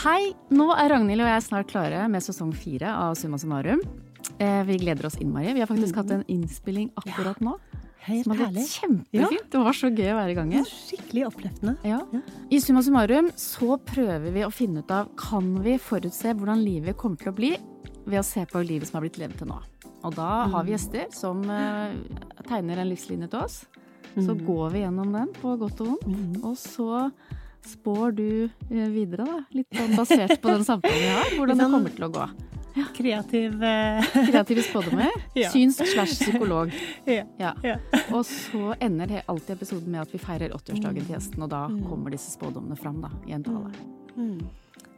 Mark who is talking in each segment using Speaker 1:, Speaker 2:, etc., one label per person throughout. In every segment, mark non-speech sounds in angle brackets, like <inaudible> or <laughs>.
Speaker 1: Hei, nå er Ragnhild og jeg snart klare med sesong fire av Summa summarum. Eh, Vi gleder oss innmari. Vi har faktisk hatt en innspilling akkurat nå.
Speaker 2: Mm. Helt
Speaker 1: Som har gått
Speaker 2: herlig.
Speaker 1: kjempefint. Det var så gøy å være i gang
Speaker 2: Det er
Speaker 1: igjen.
Speaker 2: Skikkelig oppløftende.
Speaker 1: Ja. I summa summarum så prøver vi å finne ut av kan vi forutse hvordan livet kommer til å bli ved å se på livet som har blitt levd til nå. Og da har
Speaker 2: Mm.
Speaker 1: vi gjester som eh, tegner en livslinje til oss. Så
Speaker 2: Mm.
Speaker 1: går vi gjennom den på godt og vondt. Og så spår du eh, videre, da. Litt sånn basert på den samtalen vi har, hvordan det
Speaker 2: Sånn-
Speaker 1: kommer til å gå.
Speaker 2: Kreativ eh,
Speaker 1: Kreative <laughs> spådommer.
Speaker 2: Ja.
Speaker 1: Synsk slash psykolog.
Speaker 2: <laughs> ja.
Speaker 1: <laughs> Ja.
Speaker 2: Ja.
Speaker 1: Og så ender det alltid episoden med at vi feirer 80-årsdagen til gjesten, og da kommer disse spådommene fram da, i en tale.
Speaker 2: Mm.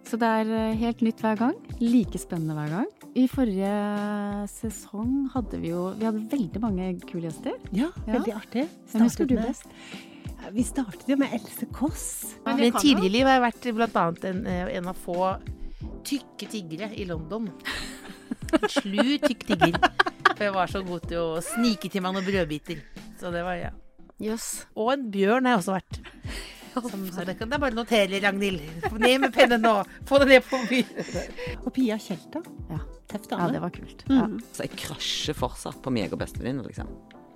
Speaker 1: Så det er eh, helt nytt hver gang. Like spennende hver gang. I forrige sesong hadde vi jo Vi hadde veldig mange kule gjester.
Speaker 2: ja, veldig artig.
Speaker 1: Hvem husker du
Speaker 2: med-
Speaker 1: best?
Speaker 2: Ja, Vi startet jo med Else Kåss.
Speaker 1: Men
Speaker 3: Men
Speaker 1: det kan
Speaker 3: tidligere i livet har jeg vært blant annet en, eh, en av få tykke tiggere i London. En slu, tykk tigger. For jeg var så god til å snike til meg noen brødbiter. Så det var, ja.
Speaker 1: Jøss.
Speaker 3: Og en bjørn har jeg også vært. Som, så det kan jeg bare notere, Ragnhild. Ned med pennen nå! Få det ned på mye.
Speaker 2: Og Pia Tjelta.
Speaker 1: Ja.
Speaker 2: Tøff
Speaker 1: ja,
Speaker 2: dame.
Speaker 1: det var kult. Ja.
Speaker 4: Så jeg krasjer fortsatt på meg og bestevenninna, liksom.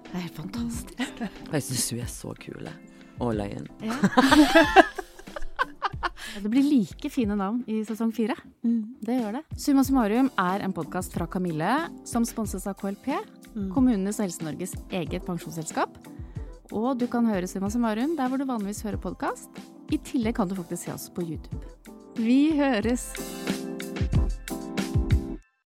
Speaker 1: Det er helt fantastisk.
Speaker 4: Og jeg syns hun er så kul. Og løyen.
Speaker 1: Det blir like fine navn i sesong fire. Mm, Det gjør det. Summa summarum er en podkast fra Kamille som sponses av KLP, Mm. kommunenes og Helse-Norges eget pensjonsselskap. Og du kan høre Summa summarum der hvor du vanligvis hører podkast. I tillegg kan du faktisk se oss på YouTube. Vi høres!